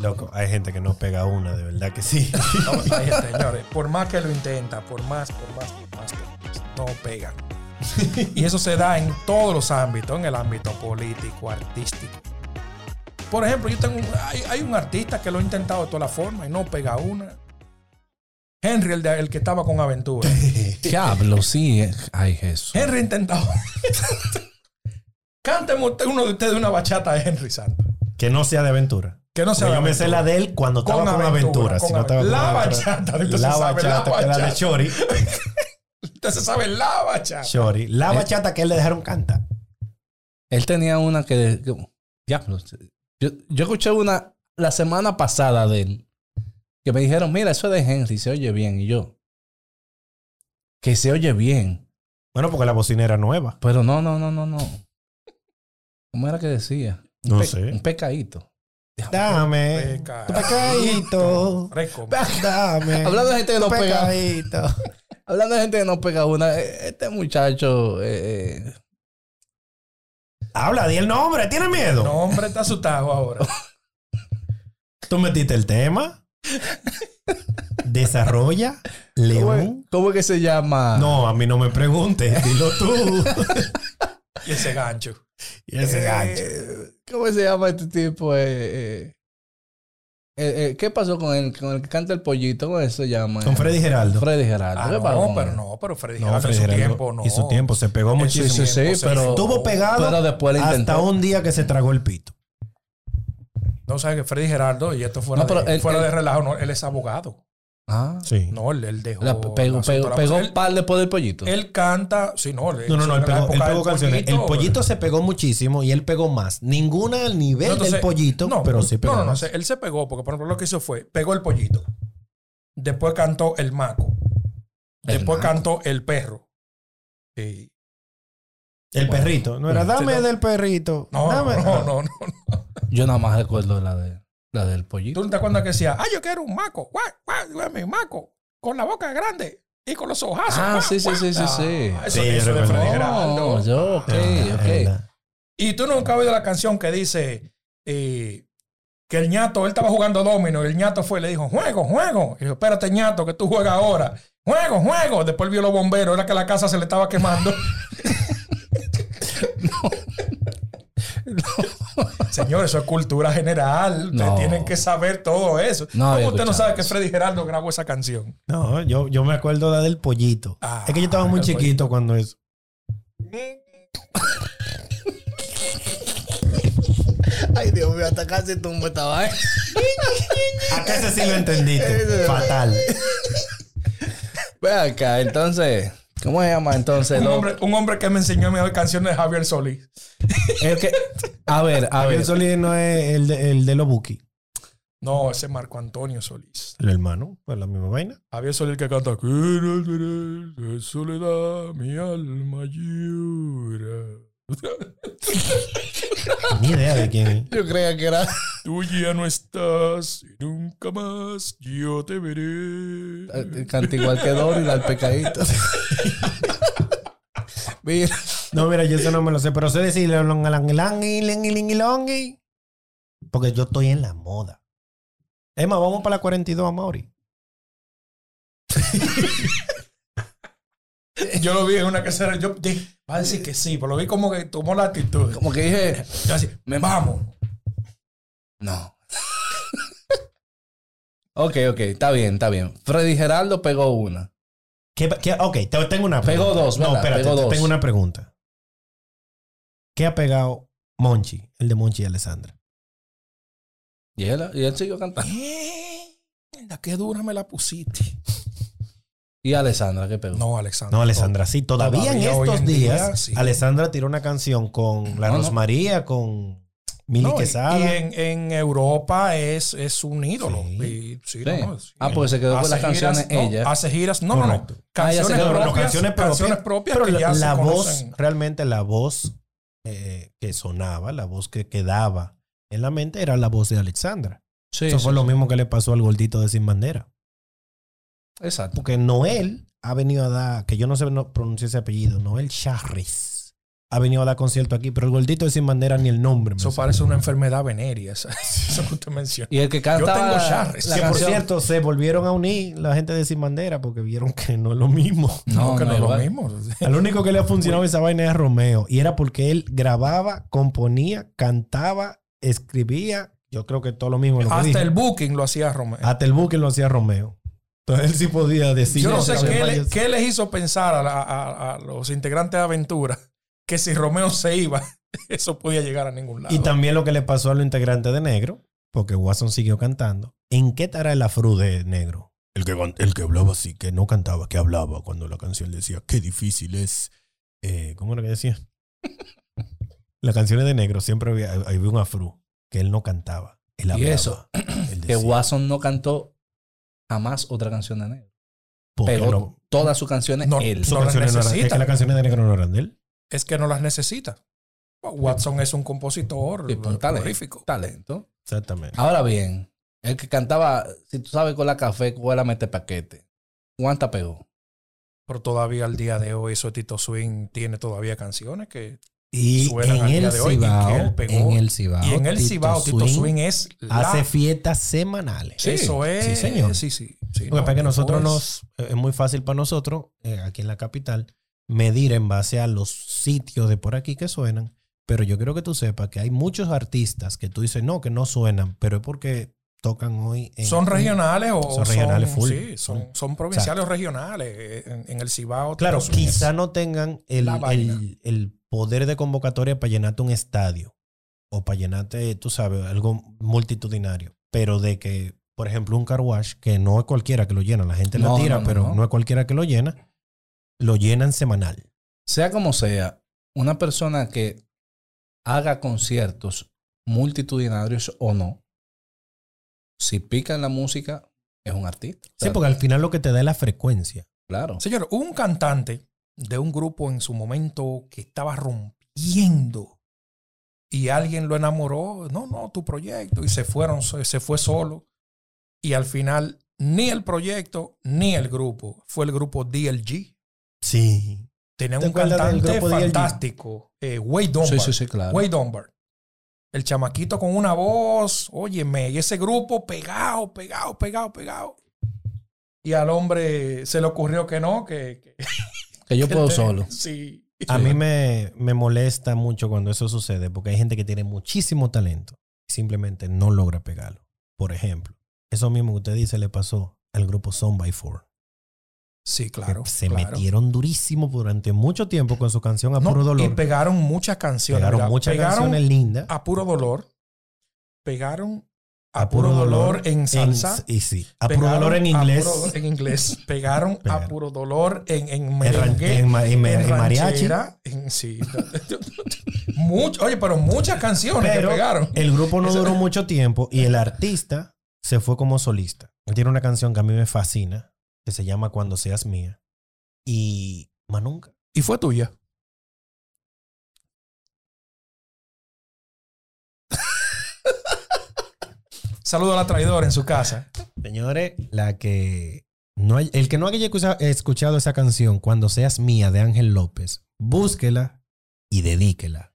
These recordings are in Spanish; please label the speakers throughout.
Speaker 1: Loco, hay gente que no pega una, de verdad que sí.
Speaker 2: Vamos ahí, señores. Por más que lo intenta, por más, por más, por más, por más, no pegan. Y eso se da en todos los ámbitos, en el ámbito político, artístico. Por ejemplo, yo tengo un- hay, hay un artista que lo ha intentado de todas las formas y no pega una. Henry, el, de- el que estaba con Aventura.
Speaker 3: Diablo, sí. eh. Ay, Jesús.
Speaker 2: Henry intentado. Cánteme usted- uno de ustedes una bachata de Henry Santos.
Speaker 1: que no sea de aventura.
Speaker 2: Que no sea
Speaker 1: Pues Yo
Speaker 2: de
Speaker 1: me sé
Speaker 2: Aventura.
Speaker 1: la de él cuando
Speaker 2: Con
Speaker 1: estaba con
Speaker 2: Aventura,
Speaker 1: aventura.
Speaker 2: con
Speaker 1: si no estaba con
Speaker 2: Aventura. La
Speaker 1: Aventura.
Speaker 2: bachata, ahorita se
Speaker 1: La
Speaker 2: sabe, la
Speaker 1: bachata, que era de
Speaker 2: bachata.
Speaker 1: Chori.
Speaker 2: Usted se sabe la bachata.
Speaker 1: Chori. La
Speaker 3: Eh.
Speaker 1: bachata que él le dejaron cantar.
Speaker 3: Él tenía una que. que- Diablo. Yo, yo escuché una la semana pasada de él. Que me dijeron, mira, eso es de Henry, se oye bien. Y yo. Que se oye bien.
Speaker 1: Bueno, porque la bocina era nueva.
Speaker 3: Pero no, no, no, no, no. ¿Cómo era que decía? Un
Speaker 1: No
Speaker 3: pe-
Speaker 1: sé.
Speaker 3: Un pecadito.
Speaker 1: Dame.
Speaker 2: Peca-
Speaker 1: Tu pecadito.
Speaker 2: Reco-
Speaker 1: Dame.
Speaker 3: Hablando de gente que no
Speaker 1: tu
Speaker 3: pega.
Speaker 1: pecadito.
Speaker 3: Hablando de gente que no pega una, eh, este muchacho, eh, eh,
Speaker 1: Habla, di el nombre. ¿Tiene miedo?
Speaker 2: No, hombre, está asustado ahora.
Speaker 1: Tú metiste el tema. Desarrolla.
Speaker 3: ¿cómo, es,
Speaker 1: León.
Speaker 3: cómo es que se llama?
Speaker 1: No, a mí no me preguntes. Dilo tú.
Speaker 2: Y ese gancho.
Speaker 1: y ese
Speaker 3: Eh,
Speaker 1: gancho.
Speaker 3: ¿Cómo se llama este tipo? Eh, eh, eh, eh, ¿Qué pasó con el, con el que canta el pollito? ¿Cómo se llama?
Speaker 1: Con Freddy Geraldo.
Speaker 3: Freddy Gerardo.
Speaker 2: Ah,
Speaker 3: ¿Qué pasó
Speaker 2: no,
Speaker 3: con
Speaker 2: pero
Speaker 3: él?
Speaker 2: no, pero Freddy
Speaker 1: No,
Speaker 2: Gerardo en
Speaker 1: Freddy
Speaker 2: su
Speaker 1: Geraldo
Speaker 2: tiempo, no.
Speaker 1: Y su tiempo se pegó muchísimo.
Speaker 3: sí, sí,
Speaker 2: tiempo,
Speaker 3: pero-
Speaker 1: Estuvo pegado
Speaker 3: Pero después le
Speaker 1: hasta
Speaker 3: intentó.
Speaker 1: un día que se tragó el pito.
Speaker 2: No sabes que Freddy Gerardo, y esto fuera,
Speaker 3: No, pero
Speaker 2: de,
Speaker 3: él-
Speaker 2: fuera
Speaker 3: él-
Speaker 2: de relajo, no, él es abogado.
Speaker 3: Ah,
Speaker 1: Sí.
Speaker 2: No, él, él dejó.
Speaker 3: la- pegó,
Speaker 2: la-
Speaker 3: pegó,
Speaker 2: la-
Speaker 3: pegó
Speaker 2: él,
Speaker 3: un par después del pollito.
Speaker 2: él canta. Sí, no, él-
Speaker 1: No, no, no,
Speaker 2: en
Speaker 1: él
Speaker 2: la
Speaker 1: pegó,
Speaker 2: época
Speaker 1: él pegó
Speaker 2: del
Speaker 1: canciones.
Speaker 2: pollito, pues.
Speaker 1: el pollito se pegó muchísimo y él pegó más. Ninguna al nivel
Speaker 2: No, entonces-
Speaker 1: del pollito,
Speaker 2: no,
Speaker 1: pero sí pegó.
Speaker 2: No, no, no,
Speaker 1: más.
Speaker 2: se- él se pegó porque, por ejemplo, lo que hizo fue pegó el pollito. Después cantó el maco.
Speaker 3: El
Speaker 2: Después
Speaker 3: Maco.
Speaker 2: cantó el perro. Sí.
Speaker 1: El perrito. No era
Speaker 3: Sí,
Speaker 1: dame
Speaker 2: no.
Speaker 1: del perrito.
Speaker 2: No,
Speaker 1: dame.
Speaker 2: no, no, no.
Speaker 3: Yo nada más recuerdo la, de, la del pollito.
Speaker 2: ¿Tú no te acuerdas que decía, ah, yo quiero un maco, guau, guau, guau, mi maco, con la boca grande y con los ojazos?
Speaker 3: Ah,
Speaker 2: guau,
Speaker 3: sí, sí,
Speaker 2: guau".
Speaker 3: sí, sí,
Speaker 2: Ah,
Speaker 3: sí. Oh,
Speaker 2: Eso,
Speaker 1: Sí, yo
Speaker 2: eso de
Speaker 1: recuerdo.
Speaker 2: Freddy
Speaker 1: No.
Speaker 2: Geraldo.
Speaker 3: No, yo, ok,
Speaker 1: Ah,
Speaker 3: ok.
Speaker 1: verdad.
Speaker 2: Y tú nunca has oído la canción que dice eh, que el ñato, él estaba jugando domino y el ñato fue y le dijo, juego, juego. Y dijo, espérate, ñato, que tú juegas ahora. Juego, juego. Después vio los bomberos, era que la casa se le estaba quemando. Señor, eso es cultura general. Ustedes
Speaker 3: No.
Speaker 2: tienen que saber todo eso.
Speaker 3: No había
Speaker 2: ¿Cómo usted no
Speaker 3: escuchado
Speaker 2: sabe que
Speaker 3: eso.
Speaker 2: Freddy Geraldo grabó esa canción?
Speaker 1: No, yo, yo me acuerdo de la del pollito.
Speaker 2: Ah,
Speaker 1: es que yo estaba muy
Speaker 2: el
Speaker 1: chiquito cuando eso.
Speaker 3: Ay, Dios mío, hasta casi tumbo estaba.
Speaker 1: Acá ese sí lo entendiste. Fatal.
Speaker 3: Ve acá, entonces, ¿cómo se llama entonces?
Speaker 2: Un
Speaker 3: lo-
Speaker 2: hombre, un hombre que me enseñó a mí a ver canciones de Javier Solís.
Speaker 3: es que- a ver, a ver.
Speaker 1: Javier Solís no es el de, el de los Buki.
Speaker 2: No, ese es Marco Antonio Solís.
Speaker 1: El hermano, pues la misma vaina.
Speaker 2: Javier Solís que canta Quiero querer de soledad mi alma llora
Speaker 1: Ni idea de quién es.
Speaker 3: Yo creía que era.
Speaker 2: Tú ya no estás y nunca más yo te veré
Speaker 3: Canta igual que Dory, da el pecadito. Mira.
Speaker 1: No, mira, yo eso no me lo sé, pero sé decirle longalangilangui, lingilingilongui, porque yo estoy en la moda. Es más, vamos para la 42 a Mauri.
Speaker 2: Yo lo vi en una casera Yo dije, va a decir que sí Pero lo vi como que tomó la actitud
Speaker 3: Como que dije,
Speaker 2: Yo así, me vamos
Speaker 3: no. Ok, ok, está bien, está bien. Freddy Geraldo pegó una.
Speaker 1: ¿Qué, qué- ok, te- tengo una
Speaker 3: Pegó dos,
Speaker 1: No,
Speaker 3: ¿verdad?
Speaker 1: espérate,
Speaker 3: Pegó
Speaker 1: te-
Speaker 3: dos.
Speaker 1: tengo una pregunta. ¿Qué ha pegado Monchi, el de Monchi y Alessandra?
Speaker 3: Y él, y él siguió cantando.
Speaker 2: La que dura me la pusiste
Speaker 3: Y Alessandra, ¿qué pegó?
Speaker 2: No, Alexandra
Speaker 1: No, Alessandra, sí, todavía,
Speaker 2: Oh, Todavía
Speaker 1: en
Speaker 2: hoy
Speaker 1: estos
Speaker 2: en día,
Speaker 1: días,
Speaker 2: sí.
Speaker 1: Alessandra tiró una canción con La
Speaker 3: No, no.
Speaker 1: Rosmaría, con Mili
Speaker 2: No, y,
Speaker 1: Quesada.
Speaker 2: y en, en Europa es, es un ídolo.
Speaker 1: Sí.
Speaker 2: Y- sí,
Speaker 3: Sí.
Speaker 2: no, no, sí.
Speaker 3: Ah, porque se quedó con
Speaker 2: Hace
Speaker 3: las canciones
Speaker 2: giras, no,
Speaker 3: ella.
Speaker 2: Hace giras, no,
Speaker 1: Correcto.
Speaker 2: no, no.
Speaker 3: Ah, ella
Speaker 2: Canciones,
Speaker 3: se
Speaker 1: No,
Speaker 3: quedó
Speaker 2: propias,
Speaker 1: no, no, canciones propias.
Speaker 2: canciones propias
Speaker 1: Pero
Speaker 2: que ya
Speaker 1: la,
Speaker 2: se
Speaker 1: la voz,
Speaker 2: conocen.
Speaker 1: realmente la voz eh, que sonaba, la voz que quedaba en la mente era la voz de Alexandra.
Speaker 3: Sí,
Speaker 1: Eso
Speaker 3: sí,
Speaker 1: fue lo mismo que le pasó al gordito de Sin Bandera.
Speaker 3: exacto.
Speaker 1: Porque Noel ha venido a dar, que yo no sé no pronunciar ese apellido, Noel Charris. ha venido a dar concierto aquí, pero el gordito de sin bandera ni el nombre. me
Speaker 2: Eso
Speaker 1: suena.
Speaker 2: parece una enfermedad veneria, esa- eso que usted menciona.
Speaker 3: Y el que canta.
Speaker 2: tengo Charles.
Speaker 3: la
Speaker 1: que por
Speaker 3: canción-
Speaker 1: cierto, se volvieron a unir la gente de sin bandera porque vieron que no es lo mismo.
Speaker 3: No,
Speaker 2: No, que
Speaker 3: no,
Speaker 2: no es lo
Speaker 3: igual.
Speaker 2: mismo.
Speaker 1: Al único que le ha funcionado esa vaina es a Romeo. Y era porque él grababa, componía, cantaba, escribía. Yo creo que todo lo mismo. Lo que dije.
Speaker 2: Hasta el booking lo hacía Romeo.
Speaker 1: Hasta el buque lo hacía Romeo. Entonces él sí podía decir.
Speaker 2: Yo no sé
Speaker 1: que
Speaker 2: qué, le-
Speaker 1: vayas-
Speaker 2: qué les hizo pensar a, la- a- a los integrantes de Aventura que si Romeo se iba, eso podía llegar a ningún lado.
Speaker 1: Y también lo que le pasó a los integrantes de Negro, porque Watson siguió cantando. ¿En qué estará el afro de Negro? El que, gan- el que hablaba así, que no cantaba, que hablaba cuando la canción decía, qué difícil es. Eh, ¿Cómo era que decía? Las canciones de Negro siempre había, había un afro que él no cantaba. Él hablaba.
Speaker 3: eso,
Speaker 1: él
Speaker 3: Que
Speaker 1: decía,
Speaker 3: Watson no cantó jamás otra canción de negro.
Speaker 1: porque
Speaker 3: Pegó
Speaker 1: no-
Speaker 3: todas sus canciones
Speaker 2: No,
Speaker 3: él.
Speaker 1: sus
Speaker 2: no las
Speaker 1: canciones no eran-
Speaker 2: necesita.
Speaker 1: es que las canciones de Negro no eran de él.
Speaker 2: es que no las necesita. Watson es un compositor
Speaker 3: Tipo, un pues, talento,
Speaker 2: prolífico.
Speaker 3: talento.
Speaker 1: Exactamente.
Speaker 3: Ahora bien, el que cantaba, si tú sabes con la café, cuela mete paquete. ¿Cuánta pegó?
Speaker 2: Pero todavía al día de hoy, eso de Tito Swing tiene todavía canciones que.
Speaker 1: Y
Speaker 2: Suenan al
Speaker 1: en
Speaker 2: día
Speaker 1: el
Speaker 2: de hoy y que él
Speaker 1: Cibao,
Speaker 2: pegó.
Speaker 1: en el Cibao,
Speaker 2: y en el
Speaker 1: Tito
Speaker 2: Cibao, Tito
Speaker 1: Swing
Speaker 2: Swing es. la-
Speaker 1: hace fiestas semanales.
Speaker 3: Sí,
Speaker 2: eso es.
Speaker 1: sí, señor.
Speaker 2: Sí, sí. sí,
Speaker 1: Lo que
Speaker 2: no,
Speaker 1: pasa es que
Speaker 2: eso
Speaker 1: nosotros
Speaker 2: es-
Speaker 1: nos. eh, Es muy fácil para nosotros, eh, aquí en la capital, medir en base a los sitios de por aquí que suenan. Pero yo quiero que tú sepas que hay muchos artistas que tú dices, no, que no suenan, pero es porque tocan hoy en.
Speaker 2: Son regionales o
Speaker 1: Son regionales full.
Speaker 2: Sí, son, son provinciales o regionales. eh, En, en el Cibao.
Speaker 1: Claro,
Speaker 2: Tito Swing es-
Speaker 1: quizá no tengan el,
Speaker 2: La vaina.
Speaker 1: el- el poder de convocatoria para llenarte un estadio o para llenarte, tú sabes, algo multitudinario. Pero de que, por ejemplo, un car wash, que no es cualquiera que lo llena, la gente
Speaker 3: No,
Speaker 1: lo tira,
Speaker 3: no, no,
Speaker 1: pero
Speaker 3: no.
Speaker 1: no es cualquiera que lo llena, lo llenan semanal.
Speaker 3: Sea como sea, una persona que haga conciertos multitudinarios o no, si pica en la música, es un artista.
Speaker 1: Sí, porque al final lo que te da es la frecuencia.
Speaker 3: Claro.
Speaker 2: Señor, un cantante de un grupo en su momento que estaba rompiendo y alguien lo enamoró, no, no, tu proyecto, y se fueron, se se fue solo. Y al final, ni el proyecto ni el grupo, fue el grupo DLG.
Speaker 1: Sí.
Speaker 2: Tenían
Speaker 1: ¿Te
Speaker 2: un
Speaker 1: acuerdas del
Speaker 2: cantante
Speaker 1: grupo DLG?
Speaker 2: fantástico, eh, Wade
Speaker 3: Sí,
Speaker 2: Dunbar.
Speaker 3: sí, sí, claro.
Speaker 2: Wade Dunbar. El chamaquito con una voz, óyeme, y ese grupo pegado, pegado, pegado, pegado. Y al hombre se le ocurrió que no, que- que,
Speaker 3: que yo puedo
Speaker 2: Gente,
Speaker 3: solo.
Speaker 2: Sí.
Speaker 1: A mí me, me molesta mucho cuando eso sucede porque hay gente que tiene muchísimo talento y simplemente no logra pegarlo. Por ejemplo, eso mismo que usted dice le pasó al grupo Son by Four.
Speaker 2: Sí,
Speaker 1: que
Speaker 2: claro.
Speaker 1: se
Speaker 2: claro.
Speaker 1: metieron durísimo durante mucho tiempo con su canción A
Speaker 2: No,
Speaker 1: Puro
Speaker 2: y
Speaker 1: Dolor.
Speaker 2: pegaron muchas canciones.
Speaker 1: pegaron
Speaker 2: ¿verdad?
Speaker 1: muchas
Speaker 2: Pegaron
Speaker 1: canciones lindas.
Speaker 2: a puro dolor. Pegaron a, puro, dolor, en
Speaker 1: en-
Speaker 2: salsa.
Speaker 1: y sí, A Puro
Speaker 2: pegaron
Speaker 1: Dolor en inglés.
Speaker 2: A puro, en inglés. Pegaron a
Speaker 1: Pegaron.
Speaker 2: puro dolor en, en
Speaker 1: en ran-
Speaker 2: merengue.
Speaker 1: en ma- en ma-
Speaker 2: en
Speaker 1: en mariachi.
Speaker 2: ranchera, en- sí. Mucho- oye, pero muchas canciones
Speaker 1: Pero- eh,
Speaker 2: que pegaron.
Speaker 1: El grupo no
Speaker 2: Eso-
Speaker 1: duró mucho tiempo y el artista se fue como solista. Él tiene una canción que a mí me fascina, que se llama Cuando seas mía. Y más nunca.
Speaker 2: Y fue tuya. Saludo a la traidora en su casa.
Speaker 1: Señores, la que no hay- el que no haya escucha- escuchado esa canción, Cuando seas mía, de Ángel López, búsquela y dedíquela.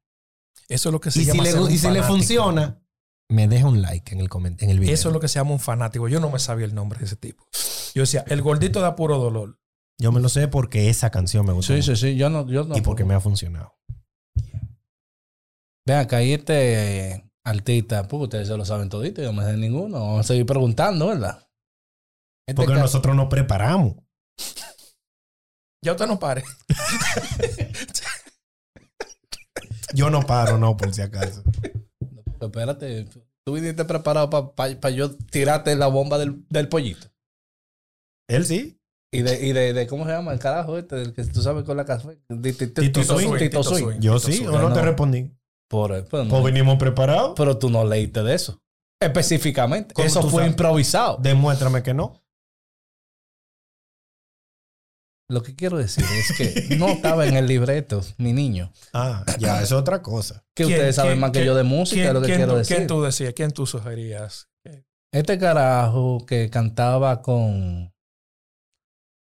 Speaker 2: Eso es lo que se
Speaker 1: Y si,
Speaker 2: llama.
Speaker 1: le,
Speaker 2: ser un
Speaker 1: y si le
Speaker 2: fanático.
Speaker 1: funciona, me deja un like en el, comen- en el video.
Speaker 2: Eso es lo que se llama un fanático. Yo no me sabía el nombre de ese tipo. Yo decía, el gordito da puro dolor.
Speaker 1: Yo me lo sé porque esa canción me gusta
Speaker 3: Sí, sí, sí. Yo no. Yo no
Speaker 1: y porque me ha funcionado.
Speaker 3: Ven acá, y este eh, artista, pues ustedes se lo saben todito, yo no me sé ninguno. Vamos a seguir preguntando, ¿verdad? Este
Speaker 1: Porque
Speaker 3: ca-
Speaker 1: nosotros nos preparamos.
Speaker 2: Ya usted no pare.
Speaker 1: Yo no paro, no, por si acaso.
Speaker 3: Espérate, tú viniste preparado para yo tirarte la bomba del, del pollito.
Speaker 1: Él sí.
Speaker 3: Y de, y de, de- ¿cómo se llama el carajo este? Del que tú sabes con la café. Di- ti- ti-
Speaker 1: Tito
Speaker 3: Tito
Speaker 1: Swing,
Speaker 3: Swing. Tito
Speaker 2: Tito
Speaker 3: Swing.
Speaker 2: Swing.
Speaker 1: Yo
Speaker 2: Entonces,
Speaker 1: sí, o
Speaker 3: ya
Speaker 1: no,
Speaker 3: no.
Speaker 1: te respondí.
Speaker 3: Por, eh, pero,
Speaker 1: O
Speaker 3: no,
Speaker 1: venimos preparados.
Speaker 3: pero tú no leíste de eso. Específicamente.
Speaker 1: ¿Cómo
Speaker 3: Eso
Speaker 1: tú
Speaker 3: fue
Speaker 1: sabes?
Speaker 3: improvisado.
Speaker 1: Demuéstrame que no.
Speaker 3: Lo que quiero decir es que no estaba en el libreto, mi niño.
Speaker 1: Ah, ya, eso es otra cosa.
Speaker 3: Que
Speaker 2: ¿Quién-
Speaker 3: ustedes saben
Speaker 2: quién-
Speaker 3: más que
Speaker 2: quién-
Speaker 3: yo de música, es
Speaker 2: ¿Quién,
Speaker 3: lo que
Speaker 2: quién
Speaker 3: quiero
Speaker 2: tú,
Speaker 3: decir.
Speaker 2: quién tú decías? ¿Quién tú sugerías?
Speaker 3: Este carajo que cantaba con.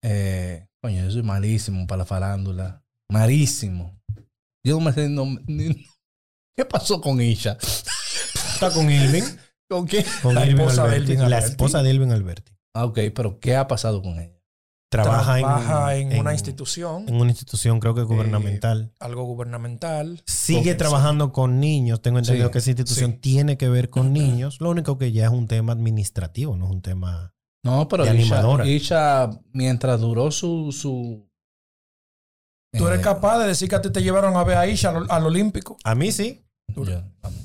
Speaker 3: eh, coño, yo soy malísimo para la farándula. Malísimo. Yo no me sé. no- ni- ¿Qué pasó con Isha?
Speaker 1: Está con Irving.
Speaker 3: ¿Con quién?
Speaker 1: Con
Speaker 2: La
Speaker 1: Irving
Speaker 2: esposa de
Speaker 1: Alberti.
Speaker 2: Irving
Speaker 1: La
Speaker 2: Alberti.
Speaker 1: esposa de Irving Alberti.
Speaker 3: Ah, ok, pero ¿qué ha pasado con ella?
Speaker 1: Trabaja, en-
Speaker 2: Trabaja en,
Speaker 1: en-
Speaker 2: una Eh, institución,
Speaker 1: en una institución, creo que gubernamental.
Speaker 2: algo gubernamental.
Speaker 1: Sigue
Speaker 2: ok,
Speaker 1: trabajando con niños. Tengo entendido
Speaker 3: Sí,
Speaker 1: que esa institución
Speaker 2: sí.
Speaker 1: tiene que ver con niños. Lo único que ya es un tema administrativo, no es un tema.
Speaker 3: No, pero
Speaker 1: De animadora.
Speaker 3: Isha, Isha, mientras duró su. su
Speaker 2: Tú eres
Speaker 3: Eh,
Speaker 2: capaz de decir que a ti te llevaron a ver a Isha al, al Olímpico.
Speaker 1: A mí sí.
Speaker 3: yo- vamos.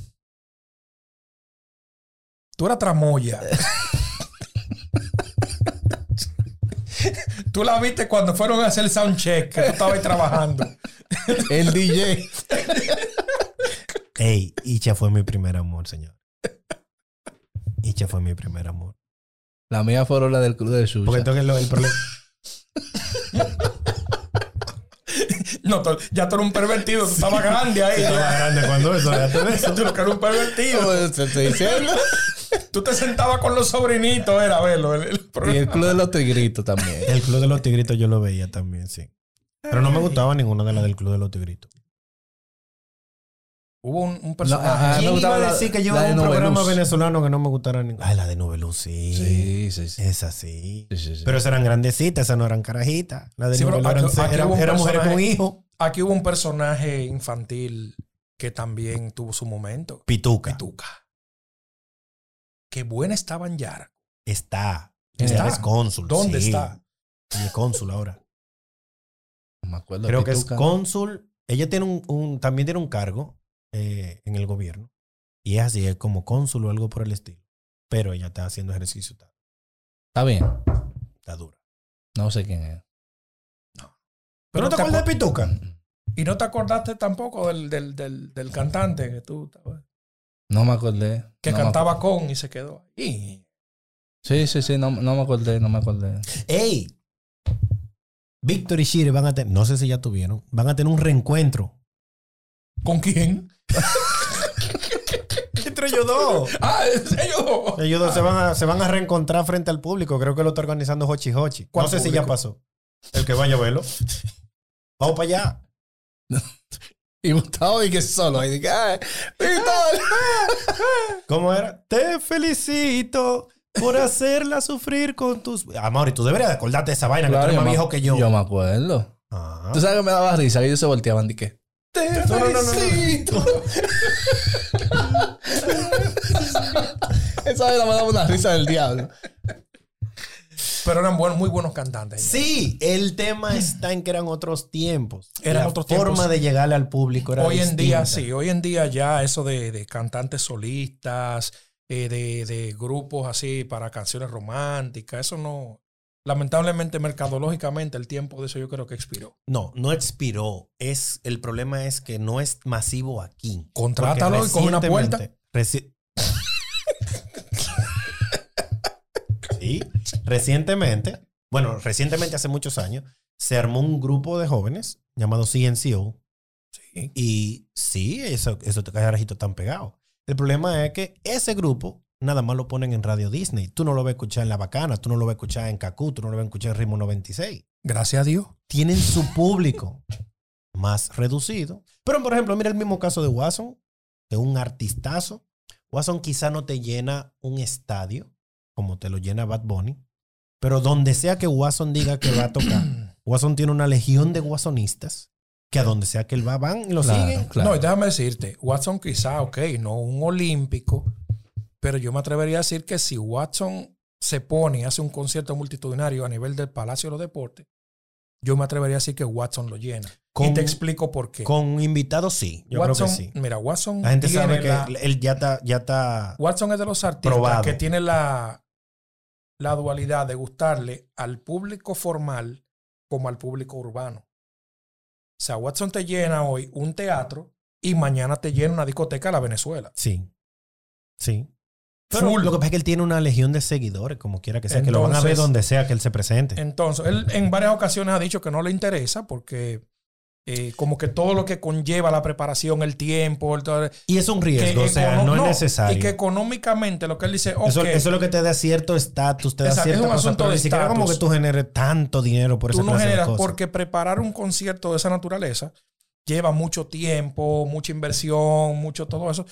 Speaker 2: Tú eras tramoya. Tú la viste cuando fueron a hacer el sound check, que tú estabas ahí trabajando.
Speaker 3: El DJ.
Speaker 1: Ey, Icha fue mi primer amor, señor. Icha fue mi primer amor.
Speaker 3: La mía fueron la del club de sushi.
Speaker 1: Porque entonces lo- el problema.
Speaker 2: No, tú- ya tú eras un pervertido, tú estabas grande ahí.
Speaker 1: Estaba grande cuando eso, déjate de eso.
Speaker 2: Tú lo que eras un pervertido.
Speaker 3: Te estoy diciendo.
Speaker 2: Tú te sentabas con los sobrinitos, era verlo. El, el
Speaker 3: Y
Speaker 2: programa.
Speaker 3: el club de los tigritos también.
Speaker 1: El Club de los Tigritos yo lo veía también, sí. Pero no me gustaba ninguna de las del Club de los Tigritos.
Speaker 2: Hubo un, un
Speaker 3: No, ajá,
Speaker 2: personaje.
Speaker 3: me
Speaker 1: ¿Quién iba
Speaker 3: gustaba
Speaker 1: a
Speaker 3: la-
Speaker 1: decir que yo
Speaker 3: la de
Speaker 1: un programa
Speaker 3: Noveluz.
Speaker 1: venezolano que no me gustara ninguna? Ay, la de Noveluz, sí.
Speaker 3: Sí, sí, sí.
Speaker 1: Esa sí.
Speaker 3: Sí, sí, sí.
Speaker 1: Pero esas eran grandecitas, esas no eran carajitas. La de
Speaker 2: Sí, pero
Speaker 1: Noveluz eran,
Speaker 2: aquí- aquí
Speaker 1: eran-
Speaker 2: hubo un
Speaker 1: eran mujeres
Speaker 2: personaje-
Speaker 1: con hijos.
Speaker 2: Aquí hubo un personaje infantil que también tuvo su momento.
Speaker 1: Pituca.
Speaker 2: Pituca. Qué buena estaba en Yara.
Speaker 1: Está.
Speaker 2: ¿Está?
Speaker 1: Ya es cónsul.
Speaker 2: ¿Dónde
Speaker 1: sí.
Speaker 2: está?
Speaker 1: En el cónsul ahora.
Speaker 3: No me acuerdo.
Speaker 1: Creo que es
Speaker 3: Pituca.
Speaker 1: cónsul. Ella tiene un, un- también tiene un cargo eh, en el gobierno. Y es así, es como cónsul o algo por el estilo. Pero ella está haciendo ejercicio, está,
Speaker 3: Está bien.
Speaker 1: está dura.
Speaker 3: No sé quién es.
Speaker 1: ¿Pero no te acuerdas de Pituca?
Speaker 2: Y no te acordaste tampoco del, del, del, del cantante que tú estabas-
Speaker 3: No me acordé.
Speaker 2: que
Speaker 3: No me
Speaker 2: cantaba
Speaker 3: acu-
Speaker 2: con y se quedó ahí.
Speaker 3: Sí, sí, sí. No, no me acordé, no me acordé.
Speaker 1: ¡Ey! Víctor y Shire van a tener, no sé si ya tuvieron, van a tener un reencuentro.
Speaker 2: ¿Con quién?
Speaker 1: Entre ellos dos.
Speaker 2: Ah, ellos.
Speaker 1: Ellos dos se van, a, se van a reencontrar frente al público. Creo que lo está organizando Hochi Hochi. No
Speaker 2: ¿Cuál
Speaker 1: sé si
Speaker 2: público?
Speaker 1: ya pasó. El que vaya a verlo. Vamos para allá.
Speaker 3: Y Gustavo y que solo. Y dije, ¡ay! ¡Víctor!
Speaker 1: ¿Cómo era? Te felicito por hacerla sufrir con tus. Ah, Mauri, tú deberías acordarte de esa vaina, que tú
Speaker 3: Claro,
Speaker 1: eres más
Speaker 3: me-
Speaker 1: viejo que yo.
Speaker 3: Yo me acuerdo.
Speaker 1: Ah.
Speaker 3: Tú sabes que me daba risa. Que ellos se volteaban. Dije, ¡Te
Speaker 2: No, no, no, no.
Speaker 3: felicito! Esa vez me daba una risa del diablo.
Speaker 2: Pero eran buenos, muy buenos cantantes.
Speaker 1: Sí, el tema está en que eran otros tiempos.
Speaker 2: Eran
Speaker 1: La
Speaker 2: otros
Speaker 1: forma
Speaker 2: tiempos.
Speaker 1: de llegarle al público era
Speaker 2: hoy en día
Speaker 1: distinta.
Speaker 2: sí, hoy en día ya eso de, de cantantes solistas, eh, de, de grupos así para canciones románticas, eso no. Lamentablemente, mercadológicamente, el tiempo de eso yo creo que expiró.
Speaker 1: No, no expiró. Es, el problema es que no es masivo aquí.
Speaker 2: Contrátalo
Speaker 1: Porque
Speaker 2: y coge una
Speaker 1: recientemente-
Speaker 2: puerta.
Speaker 1: reci- sí, recientemente, bueno, recientemente hace muchos años, se armó un grupo de jóvenes llamado CNCO.
Speaker 2: Sí.
Speaker 1: Y sí, eso, esos carajitos están pegados. El problema es que ese grupo nada más lo ponen en Radio Disney. Tú no lo vas a escuchar en La Bacana, tú no lo vas a escuchar en Cacú, tú no lo vas a escuchar en Ritmo 96
Speaker 2: Gracias a Dios.
Speaker 1: tienen su público más reducido. Pero, por ejemplo, mira el mismo caso de Watson, de un artistazo. Watson quizá no te llena un estadio como te lo llena Bad Bunny, pero donde sea que Watson diga que va a tocar, Watson tiene una legión de Watsonistas que a donde sea que él va, van y lo siguen.
Speaker 2: No, y déjame decirte, Watson quizá, ok, no un olímpico, pero yo me atrevería a decir que si Watson se pone y hace un concierto multitudinario a nivel del Palacio de los Deportes, yo me atrevería a decir que Watson lo llena.
Speaker 1: Con-
Speaker 2: y te explico por qué.
Speaker 1: Con invitados, sí. Yo
Speaker 2: Watson,
Speaker 1: creo que sí.
Speaker 2: Mira, Watson,
Speaker 1: La gente
Speaker 2: tiene
Speaker 1: sabe que
Speaker 2: la-
Speaker 1: él ya está, ya está
Speaker 2: Watson es de los artistas
Speaker 1: Probado.
Speaker 2: que tiene la, la dualidad de gustarle al público formal como al público urbano. O sea, Watson te llena hoy un teatro y mañana te llena una discoteca a la Venezuela.
Speaker 1: Sí. Sí. Pero
Speaker 2: Full.
Speaker 1: lo que pasa es que él tiene una legión de seguidores, como quiera que sea, que lo van a ver
Speaker 2: Entonces-
Speaker 1: donde sea que él se presente.
Speaker 2: Entonces, él en varias ocasiones ha dicho que no le interesa porque eh, como que todo lo que conlleva la preparación, el tiempo, el todo-
Speaker 1: Y es un
Speaker 2: que
Speaker 1: riesgo, o sea,
Speaker 2: econo-
Speaker 1: no,
Speaker 2: no,
Speaker 1: es necesario.
Speaker 2: Y que económicamente lo que él dice, ok,
Speaker 1: eso, eso es lo que te da cierto estatus, te da
Speaker 2: Exacto, es
Speaker 1: cierta
Speaker 2: un
Speaker 1: cosa,
Speaker 2: asunto
Speaker 1: pero
Speaker 2: de
Speaker 1: ni siquiera como que
Speaker 2: estatus.
Speaker 1: tú generes tanto dinero por
Speaker 2: tú
Speaker 1: esa
Speaker 2: no
Speaker 1: clase de
Speaker 2: generas,
Speaker 1: cosas.
Speaker 2: porque preparar un concierto de esa naturaleza lleva mucho tiempo, mucha inversión, mucho todo eso.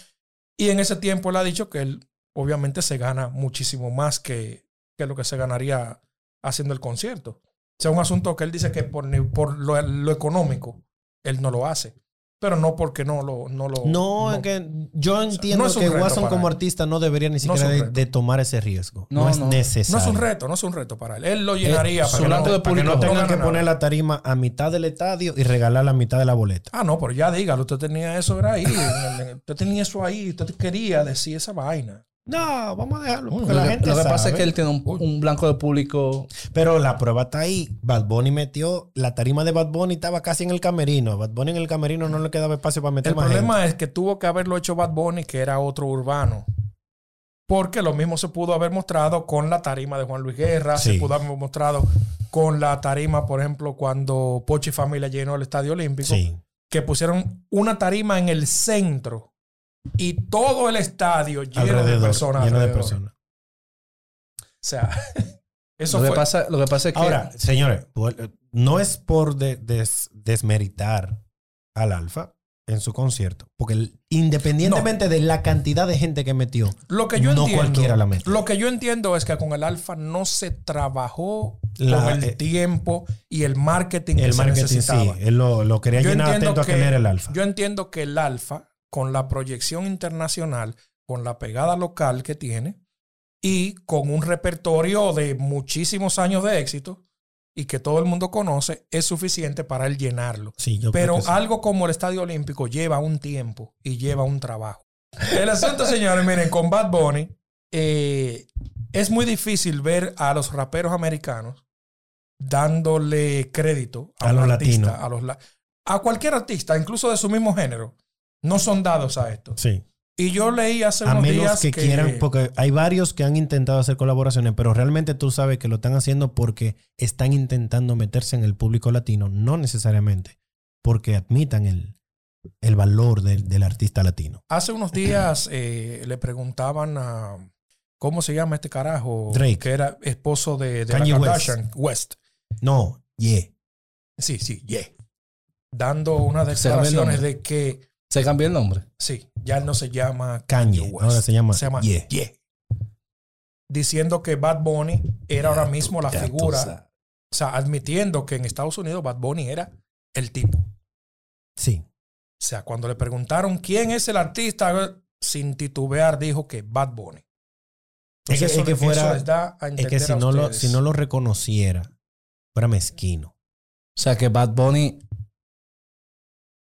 Speaker 2: Y en ese tiempo él ha dicho que él obviamente se gana muchísimo más que, que lo que se ganaría haciendo el concierto. O sea, un asunto que él dice que por, ni- por lo, lo económico, él no lo hace. Pero no porque no lo... No, lo,
Speaker 1: No, es que yo entiendo
Speaker 2: no es un
Speaker 1: que
Speaker 2: reto
Speaker 1: Watson
Speaker 2: para
Speaker 1: como
Speaker 2: él.
Speaker 1: artista no debería ni
Speaker 2: es un
Speaker 1: siquiera de,
Speaker 2: reto.
Speaker 1: de tomar ese riesgo. No,
Speaker 3: No,
Speaker 1: es
Speaker 3: no.
Speaker 2: no
Speaker 1: necesario.
Speaker 2: es un reto, no es un reto para él. Él lo llenaría
Speaker 3: Eh,
Speaker 2: para,
Speaker 3: su
Speaker 2: que no,
Speaker 3: blanco de
Speaker 2: para que
Speaker 3: público.
Speaker 2: no tenga
Speaker 1: Tengan que
Speaker 2: nada.
Speaker 1: poner la tarima a mitad del estadio y regalar la mitad de la boleta.
Speaker 2: Ah, no, pero ya dígalo, usted tenía eso era ahí, en el- en- usted tenía eso ahí, usted quería decir esa vaina.
Speaker 1: No, vamos a dejarlo.
Speaker 2: Mm.
Speaker 3: Lo
Speaker 1: Porque
Speaker 3: que,
Speaker 1: la gente
Speaker 3: lo que pasa
Speaker 1: sabe.
Speaker 3: es que él tiene un, un blanco de público.
Speaker 1: Pero la prueba está ahí. Bad Bunny metió. La tarima de Bad Bunny estaba casi en el camerino. Bad Bunny en el camerino no le quedaba espacio para meter
Speaker 2: El
Speaker 1: más
Speaker 2: problema es que tuvo que haberlo hecho Bad Bunny, que era otro urbano. Porque lo mismo se pudo haber mostrado con la tarima de Juan Luis Guerra,
Speaker 1: Sí.
Speaker 2: se pudo haber mostrado con la tarima, por ejemplo, cuando Pochi Familia llenó el Estadio Olímpico,
Speaker 1: gente. Sí.
Speaker 2: que pusieron una tarima en el centro y todo el estadio lleno
Speaker 1: alrededor,
Speaker 2: de personas.
Speaker 1: lleno de
Speaker 2: alrededor.
Speaker 1: personas.
Speaker 2: O sea, eso
Speaker 3: lo, que
Speaker 2: fue.
Speaker 3: pasa, lo que pasa es que.
Speaker 1: Ahora, señores, vol- no es por de- des- desmeritar al Alfa en su concierto, porque el- independientemente de la cantidad de gente que metió,
Speaker 2: Lo que yo
Speaker 1: No
Speaker 2: entiendo,
Speaker 1: cualquiera la mete.
Speaker 2: Lo que yo entiendo es que con el Alfa no se trabajó
Speaker 1: La-
Speaker 2: con el
Speaker 1: eh,
Speaker 2: tiempo y el marketing que
Speaker 1: el
Speaker 2: se
Speaker 1: marketing sí,
Speaker 2: necesitaba.
Speaker 1: él lo, lo quería
Speaker 2: Yo
Speaker 1: llenar
Speaker 2: entiendo
Speaker 1: atento a
Speaker 2: que-
Speaker 1: que no era el Alfa.
Speaker 2: Yo entiendo que el Alfa, con la proyección internacional, con la pegada local que tiene y con un repertorio de muchísimos años de éxito y que todo el mundo conoce, es suficiente para él llenarlo.
Speaker 1: Sí, yo creo
Speaker 2: Pero
Speaker 1: que sí.
Speaker 2: algo como el Estadio Olímpico lleva un tiempo y lleva un trabajo. El asunto, señores, miren, con Bad Bunny eh, es muy difícil ver a los raperos americanos dándole crédito
Speaker 1: A
Speaker 2: un
Speaker 1: los
Speaker 2: artista,
Speaker 1: latinos.
Speaker 2: a, los la- a cualquier artista, incluso de su mismo género, no son dados a esto.
Speaker 1: Sí.
Speaker 2: Y yo leí hace
Speaker 1: A
Speaker 2: unos
Speaker 1: menos
Speaker 2: días
Speaker 1: que, quieran, porque hay varios que han intentado hacer colaboraciones, pero realmente tú sabes que lo están haciendo porque están intentando meterse en el público latino, no necesariamente porque admitan el, el valor del, del artista latino.
Speaker 2: Hace unos días eh, le preguntaban a. ¿Cómo se llama este carajo?
Speaker 1: Drake.
Speaker 2: Que era esposo de, de la
Speaker 1: Kanye West.
Speaker 2: Kardashian, West.
Speaker 1: No, yeah.
Speaker 2: Sí, sí, yeah. Dando unas
Speaker 3: Se cambia el
Speaker 2: declaraciones de que
Speaker 3: se cambió el nombre.
Speaker 2: sí, ya no se llama
Speaker 1: Kanye,
Speaker 2: West.
Speaker 1: ahora se llama Ye.
Speaker 2: Yeah. Diciendo que Bad Bunny era ahora mismo la figura. O sea, admitiendo que en Estados Unidos Bad Bunny era el tipo. O
Speaker 1: Sí.
Speaker 2: sea, cuando le preguntaron quién es el artista, sin titubear dijo que Bad Bunny.
Speaker 1: Es que,
Speaker 2: Entonces,
Speaker 1: es que
Speaker 2: Pues eso- eso
Speaker 1: fuera,
Speaker 2: les da a
Speaker 1: es que
Speaker 2: entender
Speaker 1: si
Speaker 2: a
Speaker 1: no, lo,
Speaker 2: ustedes.
Speaker 1: si no lo reconociera, fuera mezquino.
Speaker 3: O sea que Bad Bunny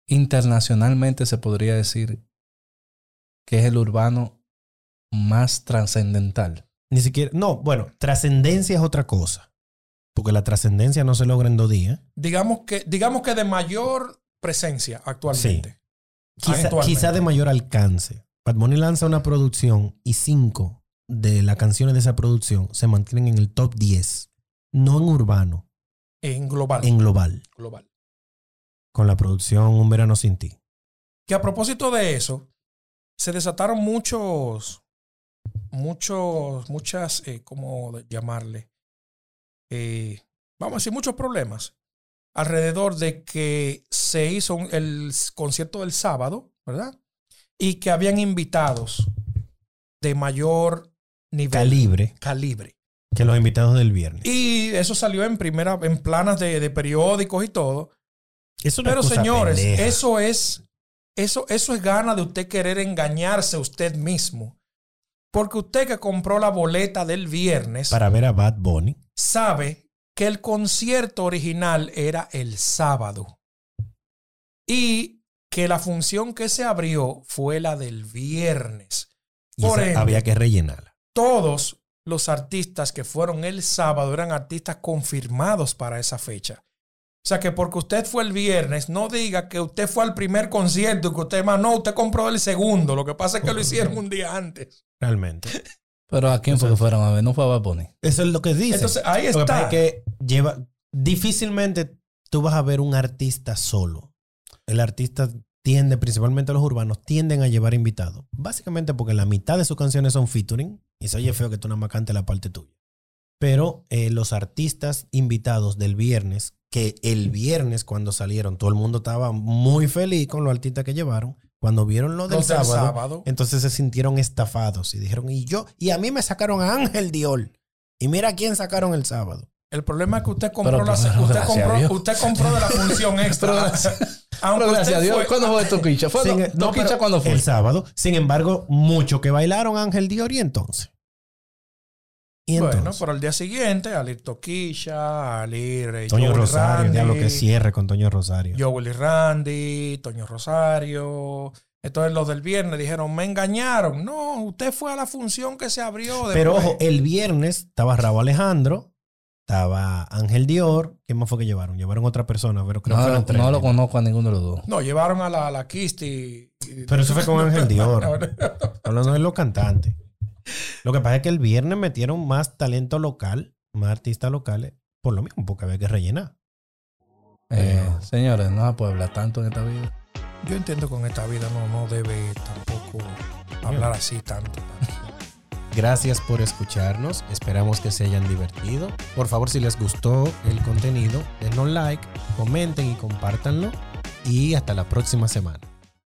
Speaker 3: internacionalmente se podría decir que es el urbano más trascendental.
Speaker 1: Ni siquiera, no, bueno, trascendencia es otra cosa. Porque la trascendencia no se logra en dos días.
Speaker 2: digamos que digamos que de mayor presencia actualmente.
Speaker 1: Quizá,
Speaker 2: Actualmente.
Speaker 1: quizá de mayor alcance. Bad Bunny lanza una producción y cinco de las canciones de esa producción se mantienen en el top 10. No en urbano,
Speaker 2: En global.
Speaker 1: en global.
Speaker 2: global.
Speaker 1: Con la producción Un Verano Sin Ti.
Speaker 2: Que a propósito de eso, se desataron muchos, muchos, muchas, eh, ¿cómo llamarle? Eh, vamos a decir, muchos problemas alrededor de que se hizo un- el s- concierto del sábado, ¿verdad? Y que habían invitados de mayor nivel,
Speaker 1: Calibre
Speaker 2: calibre.
Speaker 1: que los invitados del viernes.
Speaker 2: Y eso salió en primera, en planas de, de periódicos y todo.
Speaker 1: Eso no es
Speaker 2: Pero
Speaker 1: cosa
Speaker 2: señores,
Speaker 1: pendeja.
Speaker 2: eso es eso, eso es gana de usted querer engañarse usted mismo. Porque usted que compró la boleta del viernes
Speaker 1: Para ver a Bad Bunny.
Speaker 2: sabe que el concierto original era el sábado. Y que la función que se abrió fue la del viernes.
Speaker 1: y
Speaker 2: Por
Speaker 1: esa
Speaker 2: ende.
Speaker 1: había que rellenarla.
Speaker 2: todos los artistas que fueron el sábado eran artistas confirmados para esa fecha. O sea que porque usted fue el viernes, no diga que usted fue al primer concierto y que usted más no, usted compró el segundo. Lo que pasa es que lo hicieron un día antes.
Speaker 1: Realmente.
Speaker 3: Pero ¿a quién fue que fueron a ver? No fue a Bad Bunny.
Speaker 1: Eso es lo que dice.
Speaker 2: Entonces ahí
Speaker 1: Lo que pasa
Speaker 2: está.
Speaker 1: es que lleva. Difícilmente tú vas a ver un artista solo. El artista tiende, principalmente los urbanos, tienden a llevar invitados. Básicamente porque la mitad de sus canciones son featuring y se oye feo que tú nada más cantes la parte tuya. Pero eh, los artistas invitados del viernes que el viernes cuando salieron, todo el mundo estaba muy feliz con los artistas que llevaron. Cuando vieron lo del
Speaker 2: Los del
Speaker 1: sábado,
Speaker 2: sábado.
Speaker 1: entonces se sintieron estafados y dijeron, y yo, y a mí me sacaron a Ángel Dior. Y mira a quién sacaron el sábado.
Speaker 2: El problema es que usted compró,
Speaker 3: Pero,
Speaker 2: la,
Speaker 3: pero,
Speaker 2: usted,
Speaker 3: gracias a Dios.
Speaker 2: compró, usted compró de la función
Speaker 3: Pero
Speaker 2: extra.
Speaker 3: gracias-
Speaker 2: Aunque
Speaker 3: Pero
Speaker 2: usted
Speaker 3: gracias a Dios.
Speaker 2: este fue-
Speaker 3: ¿Cuándo fue Toquicha? ¿Fue
Speaker 1: Sin-
Speaker 3: no,
Speaker 1: no,
Speaker 3: Toquicha
Speaker 1: pero
Speaker 3: cuándo fue?
Speaker 1: El sábado. Sin embargo, mucho que bailaron Ángel Dior y entonces. Y entonces.
Speaker 2: Bueno, pero al día siguiente, al ir Toquilla, al ir eh,
Speaker 1: Toño
Speaker 2: Joel
Speaker 1: Rosario,
Speaker 2: Randy,
Speaker 1: diablo que cierre con Toño Rosario.
Speaker 2: Joel y Randy, Toño Rosario. Entonces los del viernes dijeron, me engañaron. No, usted fue a la función que se abrió.
Speaker 1: Pero
Speaker 2: después.
Speaker 1: ojo, el viernes estaba Rabo Alejandro, estaba Ángel Dior. ¿Quién más fue que llevaron? Llevaron otra persona, pero creo que
Speaker 3: No,
Speaker 1: eran tres.
Speaker 3: no lo conozco a ninguno de los dos.
Speaker 2: No, llevaron a la, a la Kisti. y-
Speaker 1: Pero eso fue con Ángel
Speaker 2: No,
Speaker 1: Dior.
Speaker 2: no.
Speaker 1: Hablando de los cantantes. Lo que pasa es que el viernes metieron más talento local, más artistas locales, por lo mismo, porque había que rellenar.
Speaker 3: Eh,
Speaker 1: Pero-
Speaker 3: señores, no se puede hablar tanto en esta vida.
Speaker 2: Yo entiendo que en esta vida no, no debe tampoco hablar así tanto.
Speaker 1: Gracias por escucharnos. Esperamos que se hayan divertido. Por favor, si les gustó el contenido, denos like, comenten y compártanlo. Y hasta la próxima semana.